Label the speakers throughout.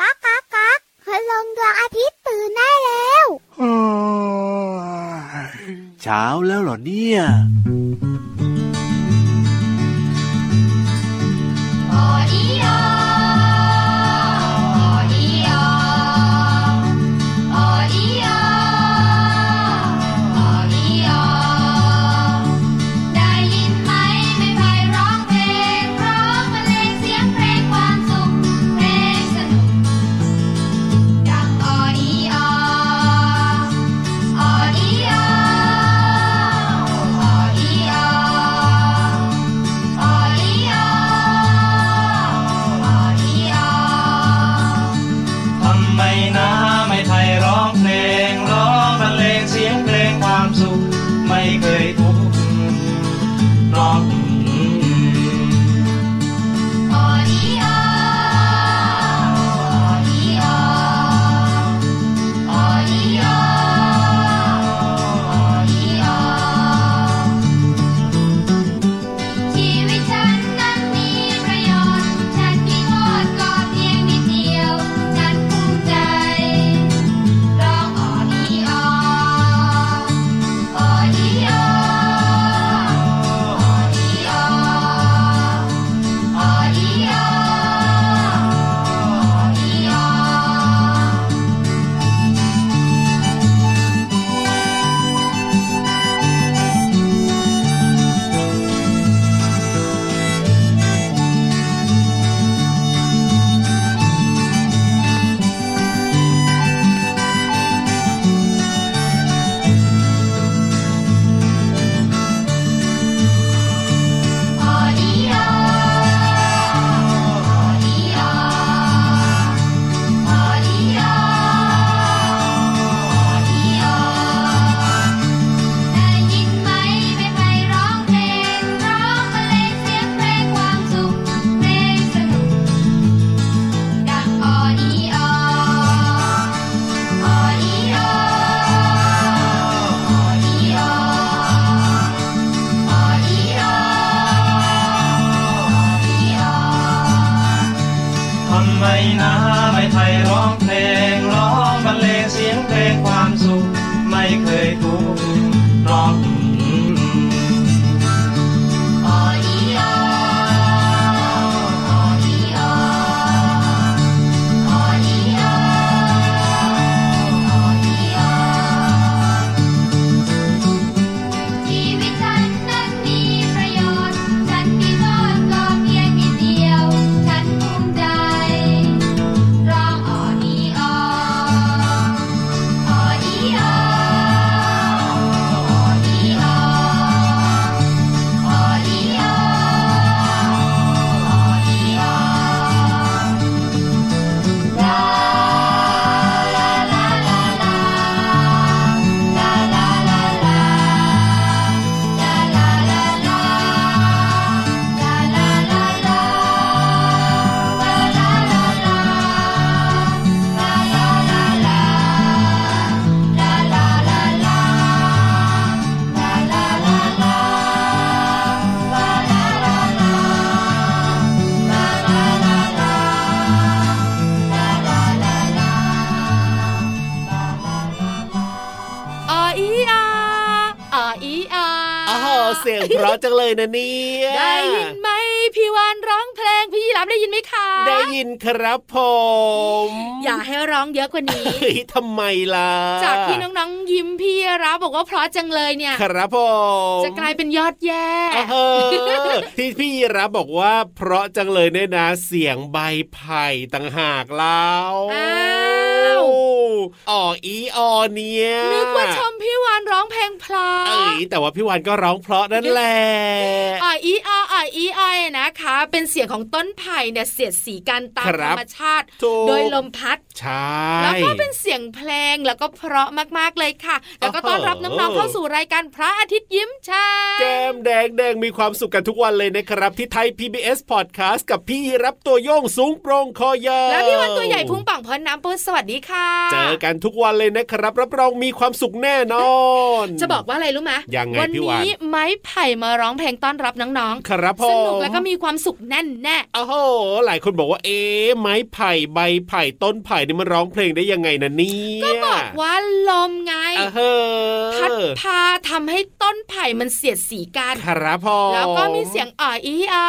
Speaker 1: ก๊ากก๊ากก๊ากคืลงดวงอาทิตย์ตื่นได้แล้ว
Speaker 2: เช้าแล้วเหรอเนี่ย
Speaker 3: ทำไมนะไม่ไทยร้องเพลง ร้องบรรเลงเสียงเพลงความสุข ไม่เคยทุกข์ร้องทำไมนะไม่ไทยร้องเพลง ร้องบรรเลงเสียงเพลงความสุข ไม่เคยทุกข์ร้อง
Speaker 4: อออีอาอออีอา
Speaker 2: อ๋อเสียงเพราะจังเลยนะ เนี่ย
Speaker 4: ได้ยินไหมพี่วานร้องเพลงพี่ยีรับได้ยินไหมคะ
Speaker 2: ได้ยินครับผม
Speaker 4: อย่าให้ร้องเยอะกว่านี้
Speaker 2: เฮ้ยทำไมล่ะ
Speaker 4: จากที่น้องๆยิ้มพี่รับบอกว่าเพราะจังเลยเนี่ย
Speaker 2: ครับผม
Speaker 4: จะกลายเป็นยอดแย่
Speaker 2: เออที่พี่ยีรับบอกว่าเพราะจังเลยเนี่ยนะ เสียงใบไผ่ต่างหากเล่า
Speaker 4: อ้าว
Speaker 2: อ๋ออีออเนี่ย
Speaker 4: นึกว่าชมพี่วานร้องเพลงเพลา
Speaker 2: เอ้ยแต่ว่าพี่วานก็ร้องเพราะนั่นแหละ
Speaker 4: อออีอาอออีอานะคะ เป็นเสียงของต้นไผ่เนี่ยเสียดสีกันตาม
Speaker 2: ค
Speaker 4: ธ
Speaker 2: รั
Speaker 4: ร
Speaker 2: บ
Speaker 4: รมชาติ
Speaker 2: ถูก
Speaker 4: โดยลมพัด
Speaker 2: ใช่
Speaker 4: แล้วก็เป็นเสียงเพลงแล้วก็เพราะมากๆเลยค่ะ แล้วก็ต้อนรับน้องๆเข้าสู่รายการพระอาทิตย์ยิ้มช่าง
Speaker 2: แก้มแดงแดงมีความสุขกันทุกวันเลยนะครับ ที่ไทย PBS Podcast กับพี่รับตัวโยงสูงโปรงคอยาว
Speaker 4: แล้วพี่วันตัวใหญ่พุงป่องพอน้ำปูสวัสดีค่ะ
Speaker 2: เจอกันทุกวันเลยนะครับ รับรองมีความสุขแน่นอน
Speaker 4: จะบอกว่าอะไรรู้ไหม
Speaker 2: ยังไง
Speaker 4: วั
Speaker 2: พี่วาน
Speaker 4: นี้ไม้ไผ่มาร้องเพลงต้อนรับน้อง
Speaker 2: ครับผม
Speaker 4: ๆสนุกแล้วก็มีความสุขแน่แน่
Speaker 2: โอ้โห หลายคนบอกว่าเอ๊ะไม้ไผ่ใบไผ่ต้นไผ่นี่มันร้องเพลงได้ยังไงนะเนี่ย
Speaker 4: ก็บอกว่าลมไง
Speaker 2: เออเฮ
Speaker 4: พัด
Speaker 2: อ
Speaker 4: พาทำให้ต้นไผ่มันเสียดสีกัน
Speaker 2: ครับพ่อ
Speaker 4: แล้วก็มีเสียงอ่ออีอา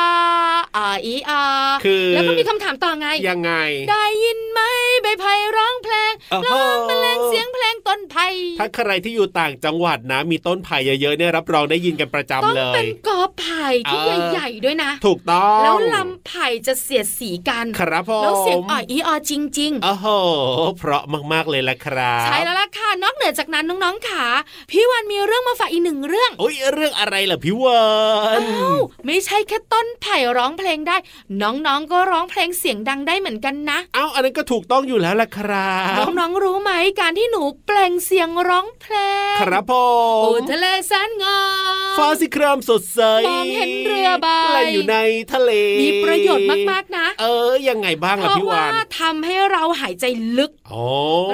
Speaker 4: อ่ออีอา
Speaker 2: คือ
Speaker 4: แล้วก็มีคำถามต่อไง
Speaker 2: ยังไง
Speaker 4: ได้ยินไหมใบไผ่ร้องเพลง
Speaker 2: โอ้โห
Speaker 4: ร้องเป็นแรงเสียงเพลงต้นไผ่
Speaker 2: ถ้าใครที่อยู่ต่างจังหวัดนะ มีต้นไผ่เยอะๆเนี่ยรับรองได้ยินกันประจำ
Speaker 4: ต้อง
Speaker 2: เล
Speaker 4: เป็
Speaker 2: ย
Speaker 4: นกอไผ่ที่
Speaker 2: เออ
Speaker 4: ใหญ่ๆด้วยนะ
Speaker 2: ถูกต้อง
Speaker 4: แล้วลำไผ่จะเสียดสีกัน
Speaker 2: ครับพ่อ
Speaker 4: แล้วเสียงอ่ออีออจริง ๆ
Speaker 2: โอ้โหเพราะมากๆเลยละครับ
Speaker 4: ใช่แล้วล่ะค่ะนอกเหนือจากนั้นน้องๆค่ะพี่วันมีเรื่องมาฝากอีกหนึ่งเรื่อง
Speaker 2: โอ้ยเรื่องอะไรล่ะพี่วัน
Speaker 4: อ้าวไม่ใช่แค่ต้นไผ่ร้องเพลงได้ น้องๆก็ร้องเพลงเสียงดังได้เหมือนกันนะ
Speaker 2: เอ้าอันนั้นก็ถูกต้องอยู่แล้วล่ะครับ
Speaker 4: น้องๆรู้ไหมการที่หนูเปล่งเสียงร้องเพลง
Speaker 2: ครับผ
Speaker 4: โอ้
Speaker 2: ม
Speaker 4: ทะเลแสนงาม
Speaker 2: ฟ้าสีครามสดใส
Speaker 4: มองเห็นเรือใบ
Speaker 2: แล่นอยู่ในทะเล
Speaker 4: มีประโยชน์มากๆนะ
Speaker 2: เออยังไงบ้าง
Speaker 4: เพ
Speaker 2: ล่ะ
Speaker 4: ราะ
Speaker 2: พี่
Speaker 4: ว่า
Speaker 2: วัน
Speaker 4: ทำให้เราหายใจลึก
Speaker 2: โอ้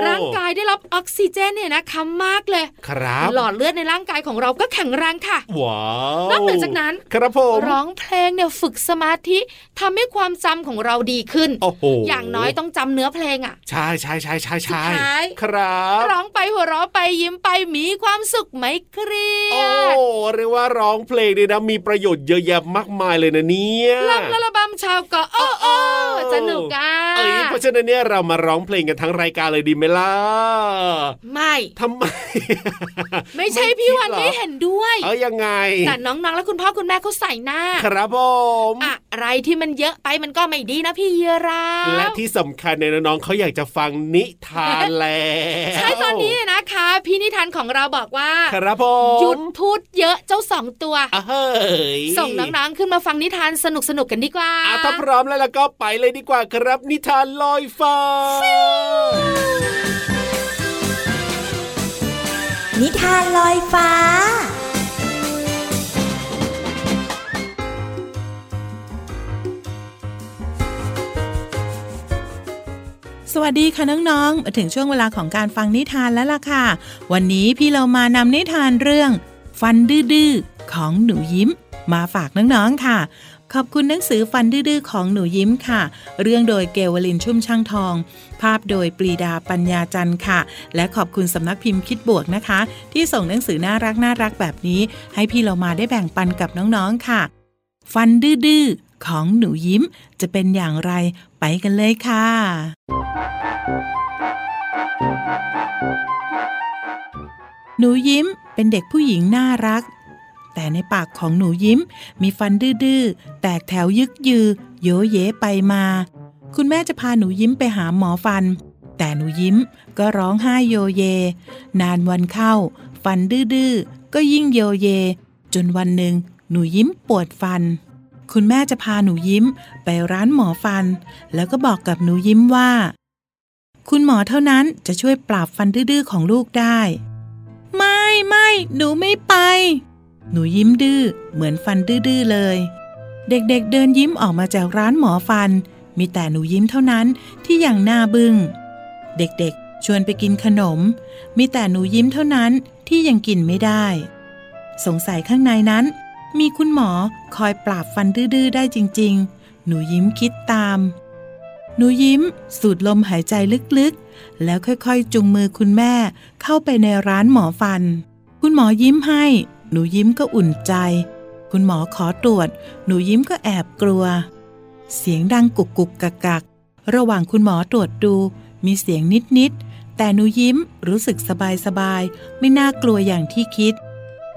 Speaker 4: ร่างกายได้รับออกซิเจนเนี่ยนะคะมากเลย
Speaker 2: ครับ
Speaker 4: หลอดเลือดในร่างกายของเราก็แข็งแรงค่ะ
Speaker 2: ว้าวน
Speaker 4: อกเหนือจากนั้น
Speaker 2: ครับผม
Speaker 4: ร้องเพลงเนี่ยฝึกสมาธิทำให้ความจำของเราดีขึ้น
Speaker 2: โอ้โห
Speaker 4: อย่างน้อยต้องจำเนื้อเพลงอ่ะ
Speaker 2: ใช่ใช่ใช่ใช่ใช่
Speaker 4: สุดท้าย
Speaker 2: ครับ
Speaker 4: ร้องไปหัวเราะไปยิ้มไปมีความสุขไหมเครี
Speaker 2: โอ้
Speaker 4: ยด
Speaker 2: เรียกว่าร้องเพลงเนี่ยนะมีประโยชน์เยอะแยะมากมายเลยนะเนี่ย
Speaker 4: ลำละระบำชาวเกาะโอ้โอ้สนุกอ่ะ
Speaker 2: เอ้ยเพราะฉะนั้นเนี่ยเรามาร้องเพลงกันทั้งรายการเลยดีไหมล่ะ
Speaker 4: ไม่
Speaker 2: ทำไม
Speaker 4: ไม่ใช่พี่วัน
Speaker 2: ไม่
Speaker 4: ไม่
Speaker 2: คิดเหรอ
Speaker 4: เห็นด้วย
Speaker 2: เอ้ยยังไง
Speaker 4: แต่น้องๆและคุณพ่อคุณแม่เขาใส่หน้า
Speaker 2: ครับผม
Speaker 4: อะไรที่มันเยอะไปมันก็ไม่ดีนะพี่เยราฟ
Speaker 2: และที่สำคัญเนี่ยน้องๆเขาอยากจะฟังนิทานแล้ว
Speaker 4: ใช่ตอนนี้นะคะ พี่นิทานของเราบอกว่า
Speaker 2: ครับผม
Speaker 4: หยุดพูดเยอะเจ้าสองตัว
Speaker 2: เฮ้ย
Speaker 4: ส่งน้องๆ ขึ้นมาฟังนิทานสนุกๆ กันดีกว่า
Speaker 2: อ่ะถ้าพร้อมแล้วแล้วก็ไปเลยดีกว่าครับ นิทานลอยฟ้า
Speaker 5: นิทานลอยฟ้า
Speaker 6: สวัสดีค่ะน้องๆ มาถึงช่วงเวลาของการฟังนิทานแล้วล่ะค่ะ วันนี้พี่เรามานำนิทานเรื่อง ฟันดื้อๆของหนูยิ้ม มาฝากน้องๆค่ะ ขอบคุณหนังสือฟันดื้อๆของหนูยิ้มค่ะ เรื่องโดยเกวลินชุ่มช่างทอง ภาพโดยปรีดาปัญญาจันทร์ค่ะ และขอบคุณสำนักพิมพ์คิดบวกนะคะ ที่ส่งหนังสือน่ารักน่ารักๆแบบนี้ ให้พี่เรามาได้แบ่งปันกับน้องๆค่ะ ฟันดื้อๆของหนูยิ้มจะเป็นอย่างไรไปกันเลยค่ะ หนูยิ้มเป็นเด็กผู้หญิงน่ารัก แต่ในปากของหนูยิ้มมีฟันดื้อๆแตกแถวยึกยือ โยเยไปมา คุณแม่จะพาหนูยิ้มไปหาหมอฟัน แต่หนูยิ้มก็ร้องไห้โยเย นานวันเข้า ฟันดื้อๆก็ยิ่งโยเย จนวันหนึ่งหนูยิ้มปวดฟัน คุณแม่จะพาหนูยิ้มไปร้านหมอฟัน แล้วก็บอกกับหนูยิ้มว่า คุณหมอเท่านั้นจะช่วยปราบฟันดื้อๆของลูกได้ ไม่ไม่หนูไม่ไป หนูยิ้มดื้อเหมือนฟันดื้อๆเลย เด็กๆเดินยิ้มออกมาจากร้านหมอฟัน มีแต่หนูยิ้มเท่านั้นที่ยังหน้าบึง้งเด็กๆ ชวนไปกินขนม มีแต่หนูยิ้มเท่านั้นที่ยังกินไม่ได้ สงสัยข้างในนั้น มีคุณหมอคอยปราบฟันดื้อๆได้จริงๆ หนูยิ้มคิดตาม หนูยิ้มสูดลมหายใจลึกๆ แล้วค่อยๆ จุงมือคุณแม่เข้าไปในร้านหมอฟัน คุณหมอยิ้มให้ หนูยิ้มก็อุ่นใจ คุณหมอขอตรวจ หนูยิ้มก็แอบกลัว เสียงดังกุกกุกกักกักระหว่างคุณหมอตรวจดู มีเสียงนิดๆ แต่หนูยิ้มรู้สึกสบายสบายๆไม่น่ากลัวอย่างที่คิด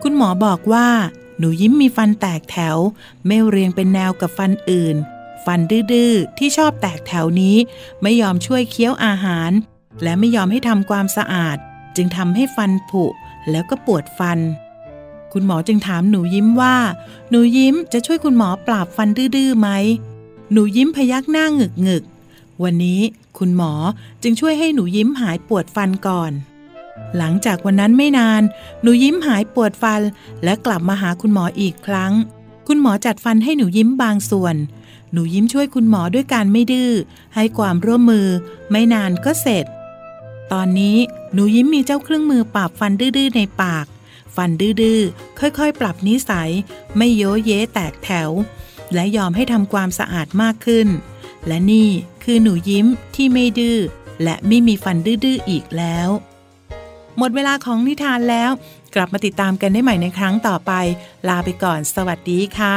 Speaker 6: คุณหมอบอกว่า หนูยิ้มมีฟันแตกแถว ไม่เรียงเป็นแนวกับฟันอื่น ฟันดื้อๆที่ชอบแตกแถวนี้ ไม่ยอมช่วยเคี้ยวอาหาร และไม่ยอมให้ทำความสะอาด จึงทำให้ฟันผุ แล้วก็ปวดฟัน คุณหมอจึงถามหนูยิ้มว่า หนูยิ้มจะช่วยคุณหมอปราบฟันดื้อๆไหม หนูยิ้มพยักหน้าหงึกหงึกๆวันนี้คุณหมอจึงช่วยให้หนูยิ้มหายปวดฟันก่อน หลังจากวันนั้นไม่นาน หนูยิ้มหายปวดฟัน และกลับมาหาคุณหมออีกครั้ง คุณหมอจัดฟันให้หนูยิ้มบางส่วน หนูยิ้มช่วยคุณหมอด้วยการไม่ดื้อ ให้ความร่วมมือ ไม่นานก็เสร็จ ตอนนี้หนูยิ้มมีเจ้าเครื่องมือปราบฟันดื้อๆในปาก ฟันดื้อๆค่อยๆ ปรับนิสัย ไม่โยเยแตกแถว และยอมให้ทำความสะอาดมากขึ้น และนี่คือหนูยิ้มที่ไม่ดื้อและไม่มีฟันดื้อๆอีกแล้ว หมดเวลาของนิทานแล้ว กลับมาติดตามกันได้ใหม่ในครั้งต่อไป ลาไปก่อน สวัสดีค่ะ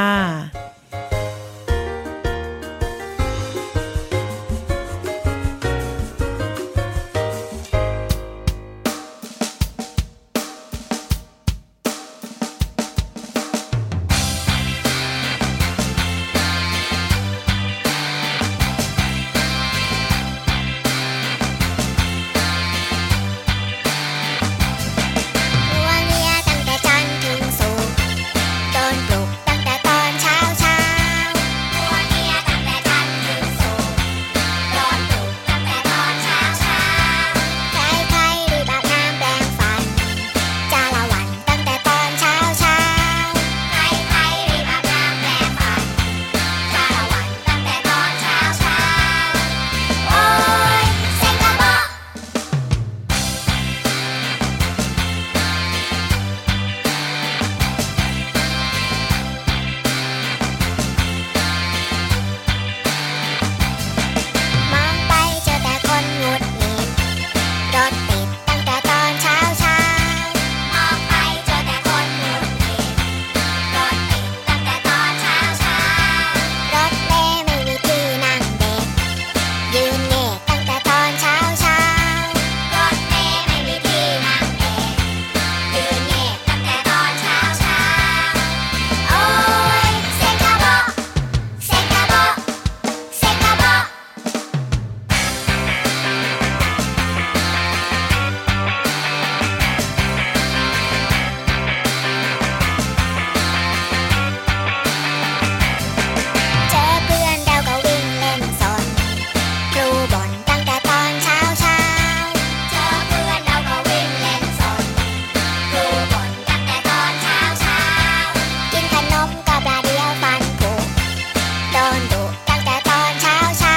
Speaker 1: วัวเลียตั้งแต่จันทร์ถึงศุกร์โดนปลุกตั้งแต่ตอนเช้าเช้าวัวเลียตั้งแต่จันทร์ถึงศุกร์โดนปลุกตั้งแต่ตอนเช้าเช้าใครใครรีบอาบน้ำแปรงฟันจาละวันตั้งแต่ตอนเช้าเช้าใครใครรีบอาบน้ำแปรงฟันจาละวันตั้งแต่ตอนเช้าเช้าโอ้ยเซ็งกระบอก มองไปเจอแต่คนหงุดหงิดรถติดตั้งแต่ตอนเช้าเช้ามองไปเจอแต่คนหงุดหงิดรถติดตั้งแต่ตอนเช้าเช้ารถเมล์ไม่มีที่นั่งเด็ก ยืนเหน็กตั้งแต่ตอนเช้าเช้ารถเมล์ไม่มีที่นั่งเด็ก ยืนเหน็กตั้งแต่ตอนเช้าเช้าโอ้ยเซกาโบเซกาโบเซกาโบ เจอเพื่อนเราก็วิ่งเล่นสน ครูบ่นตั้งแต่ตอนเช้าเช้าเจอเพื่อนเราก็วิ่งเล่นสน ครูบ่นตั้งแต่ตอนเช้าเช้ากินขนมก็ประเดี๋ยวฟันผุโดนดุตั้งแต่ตอนเช้าเช้า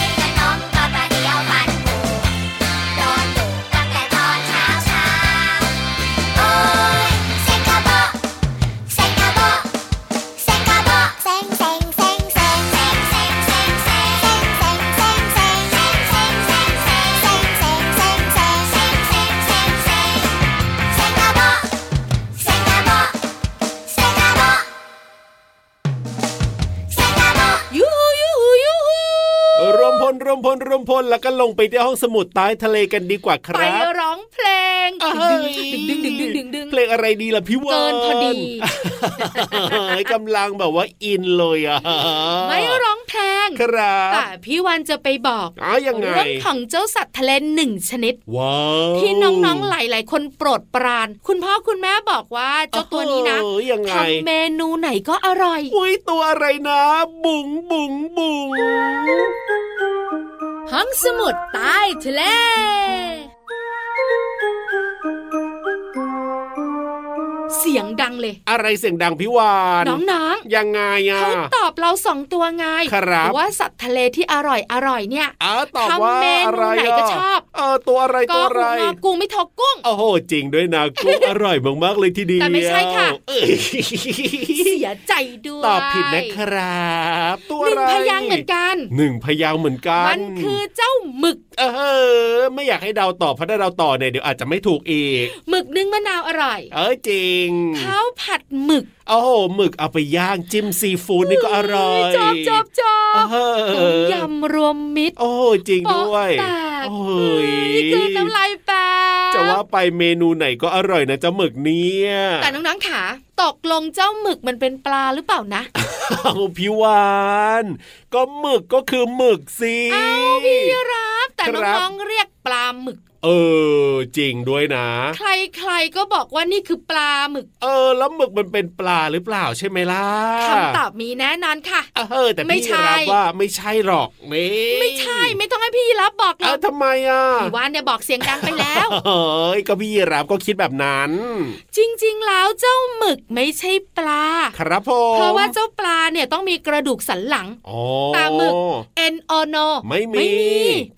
Speaker 1: กินขนมก็ประเดี๋ยวฟันผุโดนดุตั้งแต่ตอนเช้าเช้าโอ้ยเซ็งกระบอกเซ็งกระบอก เซ็งกะบอกเซ็งเซ็งเซ็งเซ็งเซ็งเซ็งเซ็งเซ็งเซ็งเซ็งเซ็งเซ็งเซ็งเซ็งเซ็งเซ็งเซ็งเซ็งเซ็งเซ็งเซ็งเซ็งเซ็งเซ็งเซ็งกะบอกเซ็งกะบอกเซ็งกะบอกเซ็งกะบอก
Speaker 4: ยูฮูยูฮูยูฮู
Speaker 2: รวมพลรวมพลรวมพลแล้วก็ลงไปที่ห้องสมุดใต้ทะเลกันดีกว่าค
Speaker 4: ไป
Speaker 2: รับ
Speaker 4: ร้องเพลง
Speaker 2: เอ้
Speaker 4: ดึง
Speaker 2: ย
Speaker 4: ดึงดึงดึงดึงดึงดึง
Speaker 2: เพลงอะไรดีล่ะพี่วา
Speaker 4: เกิน
Speaker 2: น
Speaker 4: พอดี
Speaker 2: เฮ้ยกำลังแบบว่าอินเลยอ่ะ
Speaker 4: ไม่ร้องเพลง
Speaker 2: ครับ
Speaker 4: แต่พี่วันจะไปบอก
Speaker 2: อ๋อยังไง
Speaker 4: เรื่องของเจ้าสัตว์ทะเลหนึ่งชนิด
Speaker 2: ว้าว
Speaker 4: ที่น้องๆหลาย ๆ คนโปรดปราน คุณพ่อคุณแม่บอกว่าเจ้าตัวนี้นะ
Speaker 2: โอ้โหยังไง
Speaker 4: ทำเมนูไหนก็อร่อย
Speaker 2: อุ้ยตัวอะไรนะ บุ๋งบุ๋งบุ๋ง
Speaker 4: ห้องสมุดใต้ทะเล เสียงดังเลย
Speaker 2: อะไรเสียงดังพี่วาน
Speaker 4: น้อง
Speaker 2: ยังไง
Speaker 4: ๆ
Speaker 2: อ่ะ
Speaker 4: เขาตอบเราสองตัวไง
Speaker 2: ครับ
Speaker 4: ว่าสัตว์ทะเลที่อร่อยอร่อยเนี่ย
Speaker 2: อ้าวตอบว่า
Speaker 4: ทำเม
Speaker 2: อะ
Speaker 4: นู
Speaker 2: ไร
Speaker 4: ไหนก็
Speaker 2: ะ
Speaker 4: ชอบ
Speaker 2: เออตัวอะไร
Speaker 4: ก็
Speaker 2: ตัวอะไร
Speaker 4: งอกูไม่ทอกุ้ง
Speaker 2: โอ้โหจริงด้วยนะกุ้ง อร่อยมากๆเลยทีเดียว
Speaker 4: แต่ไม่ใช่ค่ะ
Speaker 2: เอ้ย
Speaker 4: เสียใจด้วย
Speaker 2: ตอบผิดนะครับ ตัว
Speaker 4: หนึ่
Speaker 2: อะ
Speaker 4: ง
Speaker 2: ไร
Speaker 4: พยางค์เหมือนกัน
Speaker 2: หนึ่งพยางค์เหมือนกัน
Speaker 4: มันคือเจ้าหมึก
Speaker 2: เออ ไม่อยากให้เดาต่อเพราะถ้าเดาต่อเนี่ยเดี๋ยวอาจจะไม่ถูกอีก
Speaker 4: หมึกนึ่งมะนาวอร่อย
Speaker 2: เออจริง
Speaker 4: ข้าวผัดหมึก
Speaker 2: โอ้โหหมึกเอาไปย่างจิ้มซีฟู้ดนี่ก็อร่อย
Speaker 4: จอบจอบจอ
Speaker 2: เอบ
Speaker 4: ต้ม
Speaker 2: อย
Speaker 4: ำรวมมิตร
Speaker 2: โอ้โหจริงด้วย
Speaker 4: โปะแตก
Speaker 2: โอ้ย
Speaker 4: นี่คือน้ำลายแป
Speaker 2: จะว่าไปเมนูไหนก็อร่อยนะเจ้าหมึกเนี่ย
Speaker 4: แต่น้องๆขาตกลงเจ้าหมึกมันเป็นปลาหรือเปล่านะ
Speaker 2: เอาพี่วานก็หมึกก็คือหมึกสิ
Speaker 4: เอ้าพี่รับ แต่
Speaker 2: ครับ
Speaker 4: น้องๆเรียกปลาหมึก
Speaker 2: เออจริงด้วยนะ
Speaker 4: ใครๆก็บอกว่านี่คือปลาหมึก
Speaker 2: เออแล้วหมึกมันเป็นปลาหรือเปล่าใช่ไหมล่ะ
Speaker 4: คำตอบมีแน่นอนค่ะ
Speaker 2: เออแต่
Speaker 4: ไม่
Speaker 2: พี่
Speaker 4: ใช่
Speaker 2: รับว่าไม่ใช่หรอกนี่
Speaker 4: ไม่ใช่ไม่ต้องให้พี่รับบอกหร
Speaker 2: เอ้า
Speaker 4: อก
Speaker 2: ทำไมอ่ะ
Speaker 4: พี่วานเนี่ยบอกเสียงดังไปแล้ว
Speaker 2: เอ้ยก็พี่ยีรับก็คิดแบบนั้น
Speaker 4: จริงๆ แล้วเจ้าหมึกไม่ใช่ปลา
Speaker 2: ครับผม
Speaker 4: เพราะว่าเจ้าปลาเนี่ยต้องมีกระดูกสันหลัง
Speaker 2: อ๋อ
Speaker 4: ปลาหมึก เอ็นโอโน
Speaker 2: ไม่มี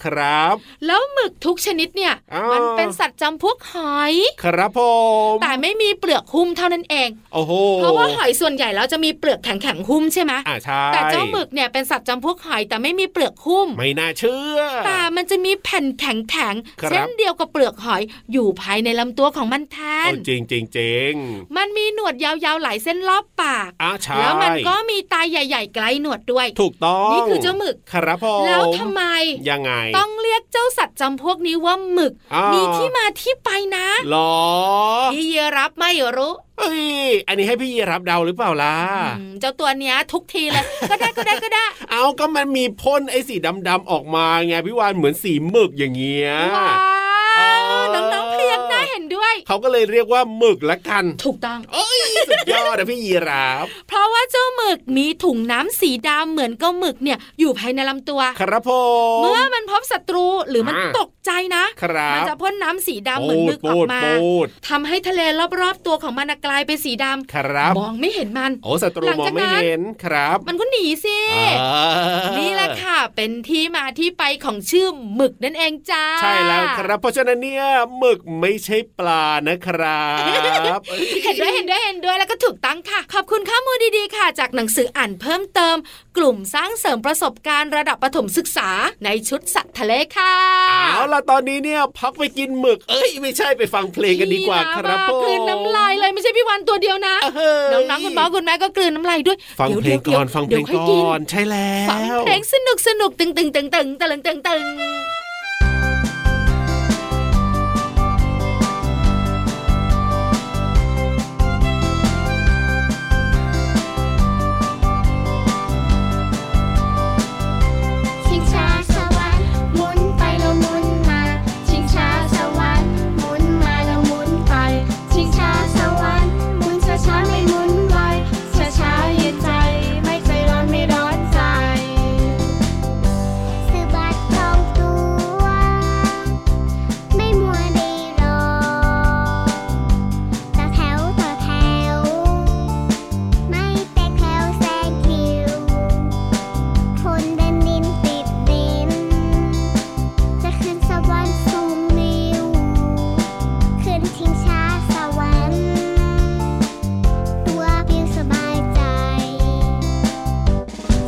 Speaker 2: ครับ
Speaker 4: แล้วหมึกทุกชนิดเนี่ย
Speaker 2: อ้าว
Speaker 4: มันเป็นสัตว์จำพวกหอย
Speaker 2: ครับผม
Speaker 4: แต่ไม่มีเปลือกหุ้มเท่านั้นเอง
Speaker 2: โอ้โห
Speaker 4: เพราะว่าหอยส่วนใหญ่แล้วจะมีเปลือกแข็งๆหุ้มใช่ไหม
Speaker 2: อ่าใช่
Speaker 4: แต่เจ้าหมึกเนี่ยเป็นสัตว์จำพวกหอยแต่ไม่มีเปลือกหุ้ม
Speaker 2: ไม่น่าเชื่อ
Speaker 4: แต่มันจะมีแผ่นแข็ง
Speaker 2: ครับ
Speaker 4: ๆเช่นเดียวกับเปลือกหอยอยู่ภายในลำตัวของมันแท
Speaker 2: เอา
Speaker 4: น
Speaker 2: จริงจริงจริง
Speaker 4: มันมีหนวดยาวๆหลายเส้นรอบปาก
Speaker 2: อ่าใช่
Speaker 4: แล้วมันก็มีตาใหญ่ๆไกลหนวดด้วย
Speaker 2: ถูกต้อง
Speaker 4: นี่คือเจ้าหมึก
Speaker 2: ครับผม
Speaker 4: แล้วทำไม
Speaker 2: ยังไง
Speaker 4: ต้องเรียกเจ้าสัตว์จำพวกนี้ว่าหมึก
Speaker 2: อ่ามี
Speaker 4: มีที่มาที่ไปนะ
Speaker 2: หรอ
Speaker 4: พี่เยรับไม่รู้
Speaker 2: เอ้ยอันนี้ให้พี่ยีรับเดาหรือเปล่าล่ะ
Speaker 4: มเจ้าตัวเนี้ยทุกทีเลย ก็ได้ก็ได้ก็ได้
Speaker 2: เอาก็มันมีพ่นไอ้สีดำๆออกมาไงพี่วานเหมือนสีหมึกอย่างเงี้ย
Speaker 4: ว้
Speaker 2: อ๋
Speaker 4: า
Speaker 2: อ
Speaker 4: วน้องๆเพลียงหน้าเห็นด้วย
Speaker 2: เขาก็เลยเรียกว่าหมึกละกัน
Speaker 4: ถูกต้อง
Speaker 2: เอ้ยสุดยอดอะพี่ยีรับ
Speaker 4: เพราะว่าเจ้าหมึกมีถุงน้ำสีดำเหมือนกับหมึกเนี่ยอยู่ภายในลำตัว
Speaker 2: ครับผม
Speaker 4: เมื่อมันพบศัตรูหรือมัน
Speaker 2: อ่า
Speaker 4: ตกใจนะ
Speaker 2: ครับ
Speaker 4: มันจะพ่นน้ำสีดำเหมือนหมึกอ
Speaker 2: ปู
Speaker 4: อก
Speaker 2: ด
Speaker 4: มา
Speaker 2: ปูดปูด
Speaker 4: ทำให้ทะเลรอบๆตัวของมันน่ะกลายเป็นสีดำ
Speaker 2: ครับ
Speaker 4: มองไม่เห็นมัน
Speaker 2: โอ้ศัตรู
Speaker 4: หลัง
Speaker 2: มอง
Speaker 4: จากนั้น
Speaker 2: ไม่เห็นครับ
Speaker 4: มันก็หนีสิ
Speaker 2: อ่า
Speaker 4: นี่แหละค่ะ เป็นที่มาที่ไปของชื่อหมึกนั่นเองจ้า
Speaker 2: ใช่แล้วครับ เพราะฉะนั้นเนี่ยหมึกไม่ใช่ปลานะครับ
Speaker 4: เห็นด้วยเห็นด้วยเห็นด้วยแล้วก็ถูกตั้งค่ะ ขอบคุณข้อมูลดีๆค่ะ จากหนังสืออ่านเพิ่มเติม กลุ่มสร้างเสริมประสบการณ์ระดับประถมศึกษาในชุดสัตว์ทะเลค่ะ
Speaker 2: เอาล่ะตอนนี้เนี่ยพักไปกินหมึก เอ้ยไม่ใช่ไปฟังเพลงกันดีกว่าครับผ
Speaker 4: พี่นะ
Speaker 2: ม
Speaker 4: กลืนน้ำลายเลยไม่ใช่พี่วันตัวเดียวนะ
Speaker 2: เฮ้ย
Speaker 4: น้องๆคุณพ่อคุณแม่ก็กลืนน้ำลายด้วย
Speaker 2: ฟังเพลงก่อนฟังเพลงก่อนใช่แล้
Speaker 4: ฟัง
Speaker 2: ว
Speaker 4: เพลงสนุกสนุกตึงตึงตึงตึงตึงตึงตึง
Speaker 1: ชิงช้าสวรรค์หมุนไปแล้วหมุนมา ชิงช้าสวรรค์หมุนมาแล้วหมุนไป ชิงช้าสวรรค์หมุนช้าช้าๆไม่หมุนไวช้าช้าๆเย็นใจ ไม่ใจร้อนไม่ร้อนใจสะบัดทองตัว ไม่มัวรีรอต่อแถวต่อแถว ไม่แตกแถวแซงคิว คนเดินดินติดดิน จะขึ้นสวรรค์สูงนิวขึ้นทิ้งช้าสวรรค์ ตัวปิวสบายใจ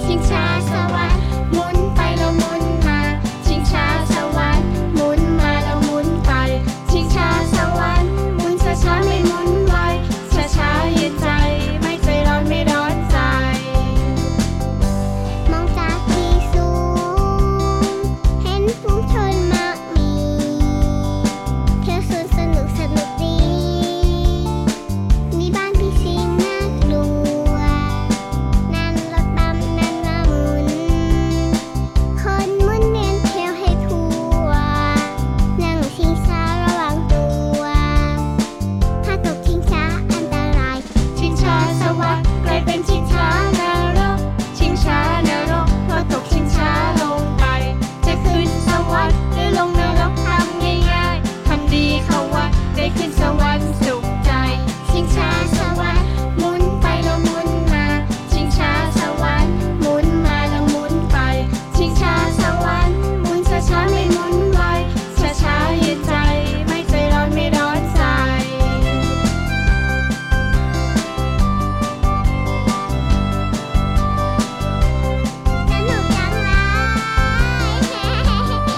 Speaker 1: ชิงช้าสวรรค์หมุนไปแล้วหมุนมา ชิงช้าสวรรค์หมุนมาแล้วหมุนไป ชิงช้าสวรรค์หมุนช้าช้าๆไม่หมุนไวช้าช้าๆเย็นใจ ไม่ใจร้อนไม่ร้อนใจ มองจากที่สูง เห็นฝูงชนมากมีเที่ยวสวนสนุกสนุกดี มีบ้านพี่สิงน่ากลัว นั่งรถบัมนั่นละมุน คนหมุนเวียนเที่ยวให้ทั่ว นั่งชิงช้าระวังตัว ถ้าตกชิงช้าอันตราย ชิงช้าสวัสดิ์กลายเป็นชิงช้านรก ชิงช้านรกเพราะตกชิงช้าลงไป จะขึ้นสวรรค์หรือลงนรกทำง่ายๆทำดีเข้าวัดได้ขึ้นสวรรค์สุขใจ ชิงช้าสวรรค์หมุนไปแล้วหมุนมา ชิงช้าสวรรค์หมุนมาแล้วหมุนไป ชิงช้าสวรรค์หมุนช้าๆไม่หมุนไวช้าๆเย็นใจ ไม่ใจร้อนไม่ร้อนใจ สนุกจังเล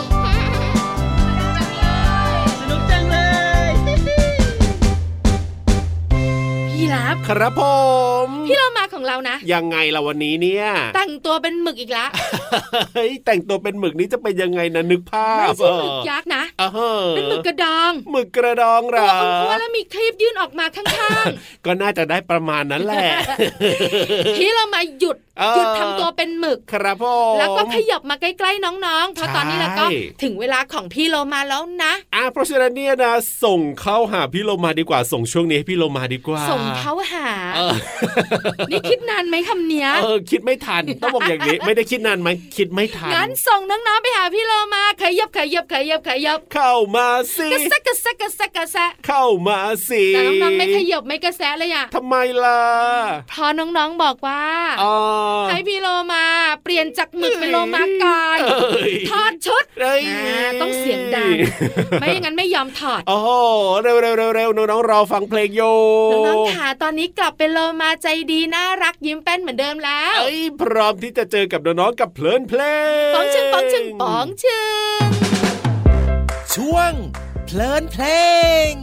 Speaker 1: ย
Speaker 3: สนุกจังเลย
Speaker 4: พี่รับ
Speaker 2: ครับผม
Speaker 4: พี่เรามาของเรานะ
Speaker 2: ยังไงล่ะวันนี้เนี่ย
Speaker 4: แต่งตัวเป็นหมึกอีกละ
Speaker 2: เฮ้ย แต่งตัวเป็นหมึกนี้จะเป็นยังไงนะนึกภาพ
Speaker 4: ไม่ใช่หมึกยักษ์นะ
Speaker 2: อ่าฮะ
Speaker 4: เป็นหมึกกระดอง
Speaker 2: หมึกกระดองเหร
Speaker 4: ตัว
Speaker 2: อ
Speaker 4: อ้วนๆแล้วมีครีบยื่นออกมาข้าง
Speaker 2: ก็น่าจะได้ประมาณนั้นแหละ
Speaker 4: ๆ พี่เรามาหยุด
Speaker 2: เออ
Speaker 4: หยุดทำตัวเป็นหมึก
Speaker 2: ครับผม
Speaker 4: แล้วก็ขยับมาใกล้ๆน้องๆเพราะ
Speaker 2: ใช่
Speaker 4: ตอนนี้แล้วก็ถึงเวลาของพี่เรามาแล้วนะ
Speaker 2: อ่ะเพราะฉะนั้นเนี่ยนะส่งเข้าหาพี่โลมาดีกว่าส่งช่วงนี้ให้พี่โลมาดีกว่า
Speaker 4: ส่งเขาหา
Speaker 2: เออ
Speaker 4: นี่คิดนานไหมคำเนี้ย
Speaker 2: เออคิดไม่ทันต้องบอก อย่างนี้ ไม่ได้คิดนานไหมคิดไม่ทัน
Speaker 4: งั้นส่งน้องๆไปหาพี่เรามาขยับขยับขยับขยับ
Speaker 2: เข้ามาสิ
Speaker 4: กระแซะกระแซะกระแซะกระแซะ
Speaker 2: เข้ามาสิ
Speaker 4: แต่น้องๆไม่ขยับไม่กระแซะเลยอะ
Speaker 2: ทำไมล่ะ
Speaker 4: เพราะน้องๆบอกว่า
Speaker 2: อ๋อ
Speaker 4: ให้พี่โลมาเปลี่ยนจากหมึกเป็นโลมาก่อน
Speaker 2: เอ้ย
Speaker 4: ทอดชุด
Speaker 2: เอ้ย
Speaker 4: อ่าต้องเสียงดัง ไม่อย่างนั้นไม่ยอมถอด
Speaker 2: โอ้โหเร็วเร็วเร็วเร็วน้องๆรอฟังเพลงโย
Speaker 4: น้องๆค่ะตอนนี้กลับเป็นโลมาใจดีน่ารักยิ้มแป้นเหมือนเดิมแล้ว
Speaker 2: เอ้ยพร้อมที่จะเจอกับน้องๆกับเพลินเพลง
Speaker 4: ป๋องชึงป๋องชึงป๋องชึง
Speaker 2: ช่วงเพลินเพลง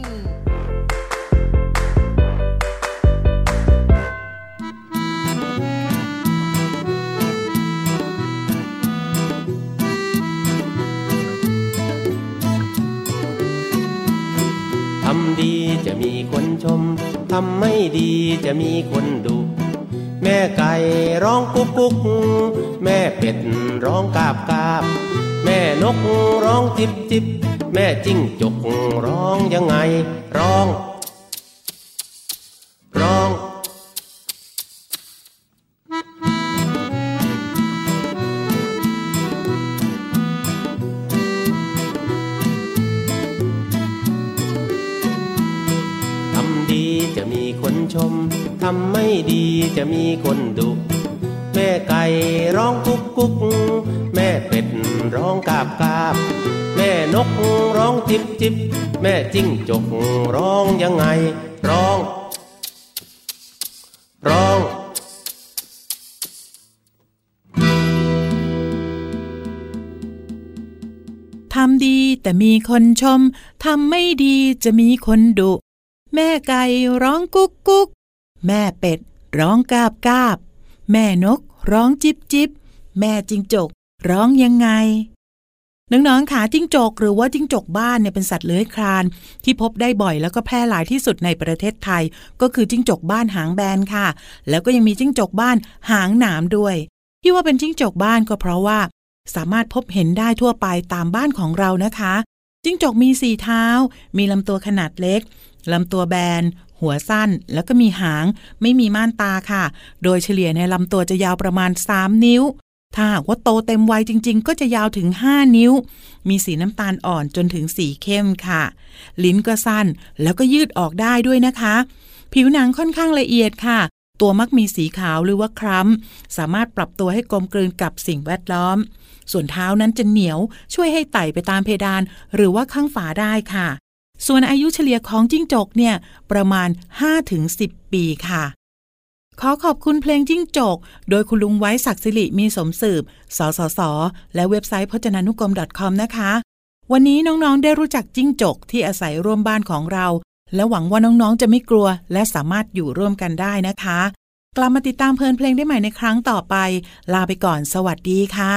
Speaker 7: ทำดีจะมีคนชม ทำไม่ดีจะมีคนดู แม่ไก่ร้องกุ๊กกุ๊ก แม่เป็ดร้องกาบกาบ แม่นกร้องจิบจิบ แม่จิ้งจกร้องยังไง ร้อง ร้อง ทำดีจะมีคนชม ทำไม่ดีจะมีคนดุ แม่ไก่ร้องกุ๊กกุ๊ก แม่เป็ดร้องกาบกาบ แม่นกร้องจิบจิบ แม่จิ้งจกร้องยังไง ร้อง ร้อง
Speaker 6: ทำดีแต่มีคนชม ทำไม่ดีจะมีคนดุ แม่ไก่ร้องกุ๊กกุ๊ก แม่เป็ดร้องกาบกาบ แม่นกร้องจิบจิบ แม่จิงจกร้องยังไง น้องๆขาจิ้งจก หรือว่าจิ้งจกบ้านเนี่ยเป็นสัตว์เลื้อยคลาน ที่พบได้บ่อยแล้วก็แพร่หลายที่สุดในประเทศไทย ก็คือจิ้งจกบ้านหางแบนค่ะ แล้วก็ยังมีจิ้งจกบ้านหางหนามด้วย ที่ว่าเป็นจิ้งจกบ้านก็เพราะว่า สามารถพบเห็นได้ทั่วไปตามบ้านของเรานะคะ จิ้งจกมีสี่เท้า มีลำตัวขนาดเล็ก ลำตัวแบน หัวสั้น แล้วก็มีหาง ไม่มีม่านตาค่ะ โดยเฉลี่ยในยลำตัวจะยาวประมาณ 3 นิ้ว ถ้าหากว่าโตเต็มวัยจริง ๆ ก็จะยาวถึง 5 นิ้ว มีสีน้ำตาลอ่อนจนถึงสีเข้มค่ะ ลิ้นก็สั้น แล้วก็ยืดออกได้ด้วยนะคะ ผิวหนังค่อนข้างละเอียดค่ะ ตัวมักมีสีขาวหรือว่าคล้ำ สามารถปรับตัวให้กลมกลืนกับสิ่งแวดล้อม ส่วนเท้านั้นจะเหนียว ช่วยให้ไต่ไปตามเพดาน หรือว่าข้างฝาได้ค่ะ ส่วนอายุเฉลี่ยของจิ้งจกเนี่ย ประมาณ 5-10 ปีค่ะ ขอขอบคุณเพลงจิ้งจก โดยคุณลุงไว้ศักดิ์สิริมีสมสืบ สสส และเว็บไซต์พจนานุกรม .com นะคะ วันนี้น้องๆ ได้รู้จักจิ้งจกที่อาศัยร่วมบ้านของเรา และหวังว่าน้องๆ จะไม่กลัว และสามารถอยู่ร่วมกันได้นะคะ กลับมาติดตามเพลินเพลงได้ใหม่ในครั้งต่อไป ลาไปก่อน สวัสดีค่ะ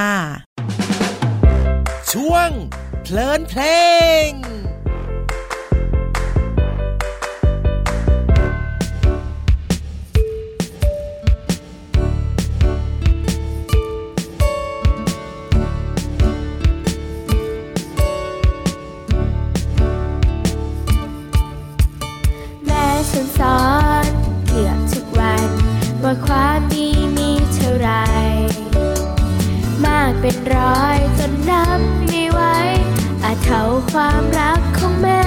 Speaker 2: ช่วงเพลินเพลง
Speaker 8: แม่ฉันสอนเกือบทุกวัน ว่าความดีมีเท่าไหรมากเป็นร้อยจนนับไม่ไหวอาจเท่าความรักของแม่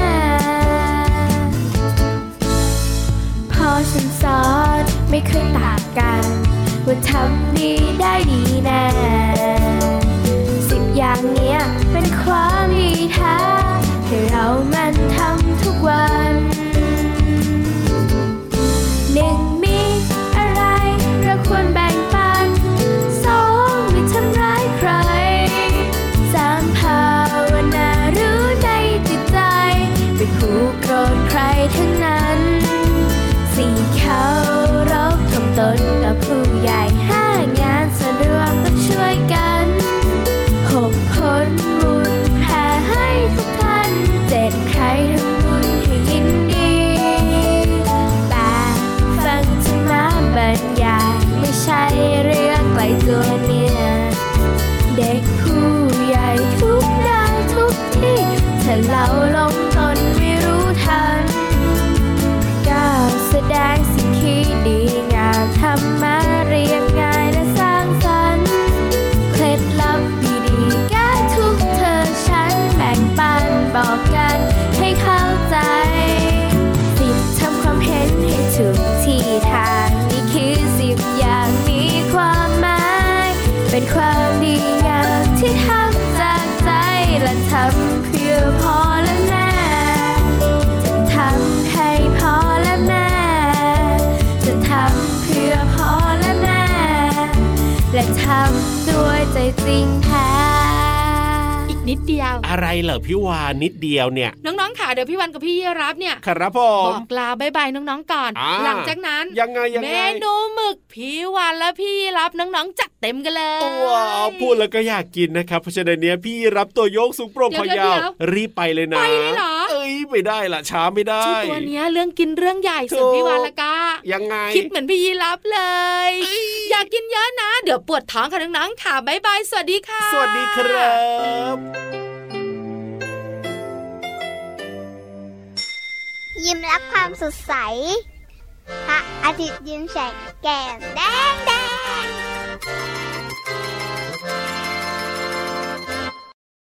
Speaker 8: พอฉันสอนไม่เคยต่างกัน ว่าทำดีได้ดีแน่สิบอย่างเนี้ยเป็นความดีแท้ให้เรามันทำทุกวัน หนึ่งมีอะไรเราควรแบ่งปันสองไม่ทำร้ายใครสามภาวนารู้ในจิตใจไม่ผูกโกรธใครทั้งนั้นสี่เขารบทำตนกับผู้ใหญ่ห้างานส่วนรวมต้องช่วยกันหกพ้นบุญแผ่ให้ทุกท่านเจ็ดใครทำบุญให้ยินดี แต่ฟังธรรมะบรรยายไม่ใช่เรื่องไกลตัวเนี่ย เด็กผู้ใหญ่ทุกด้านทุกที่ถ้าเราลงตนไม่รู้ทันก้าวแสดงสิ่งที่ดีงามธรรมะ ยจริงแท้
Speaker 4: อีกนิดเดียว
Speaker 2: อะไรเหรอพี่วานนิดเดียวเนี่ย
Speaker 4: น้องๆค่ะเดี๋ยวพี่วันกับพี่ยีรับเนี่ย
Speaker 2: ครับผ
Speaker 4: บ
Speaker 2: ม
Speaker 4: อกลาบายบายน้องๆก่อน
Speaker 2: อ่า
Speaker 4: หลังจากนั้น
Speaker 2: ยังไงยัง
Speaker 4: เม
Speaker 2: ไง
Speaker 4: นูหมึกพี่วันและพี่ยีรับน้องๆจัดเต็มกันเลย
Speaker 2: ตัวเอาพูดแล้วก็อยากกินนะครับ เพราะฉะนั้นเนี้ยพี่รับตัวโยกสูงโปร่งค
Speaker 4: เดี๋ยวย
Speaker 2: อาว
Speaker 4: เดี๋ยว
Speaker 2: รีบไปเลยนะ
Speaker 4: ไปเลยเหรอ
Speaker 2: เอ้ยไม่ได้ละช้าไม่ได้
Speaker 4: เจ้าตัวเนี้ยเรื่องกินเรื่องใหญ่ส่
Speaker 2: ถู
Speaker 4: วน
Speaker 2: ก
Speaker 4: พี่วันละกา
Speaker 2: ยังไง
Speaker 4: คิดเหมือนพี่ยีรับเลย อยากกินเยอะนะ เดี๋ยวปวดท้องค่ะน้องๆค่ะบายบายสวัสดีค่ะ
Speaker 2: สวัสดีครับ
Speaker 1: ยิ้มรับความสดใส พระอาทิตย์ยิ้มแฉกแก้มแดงแดง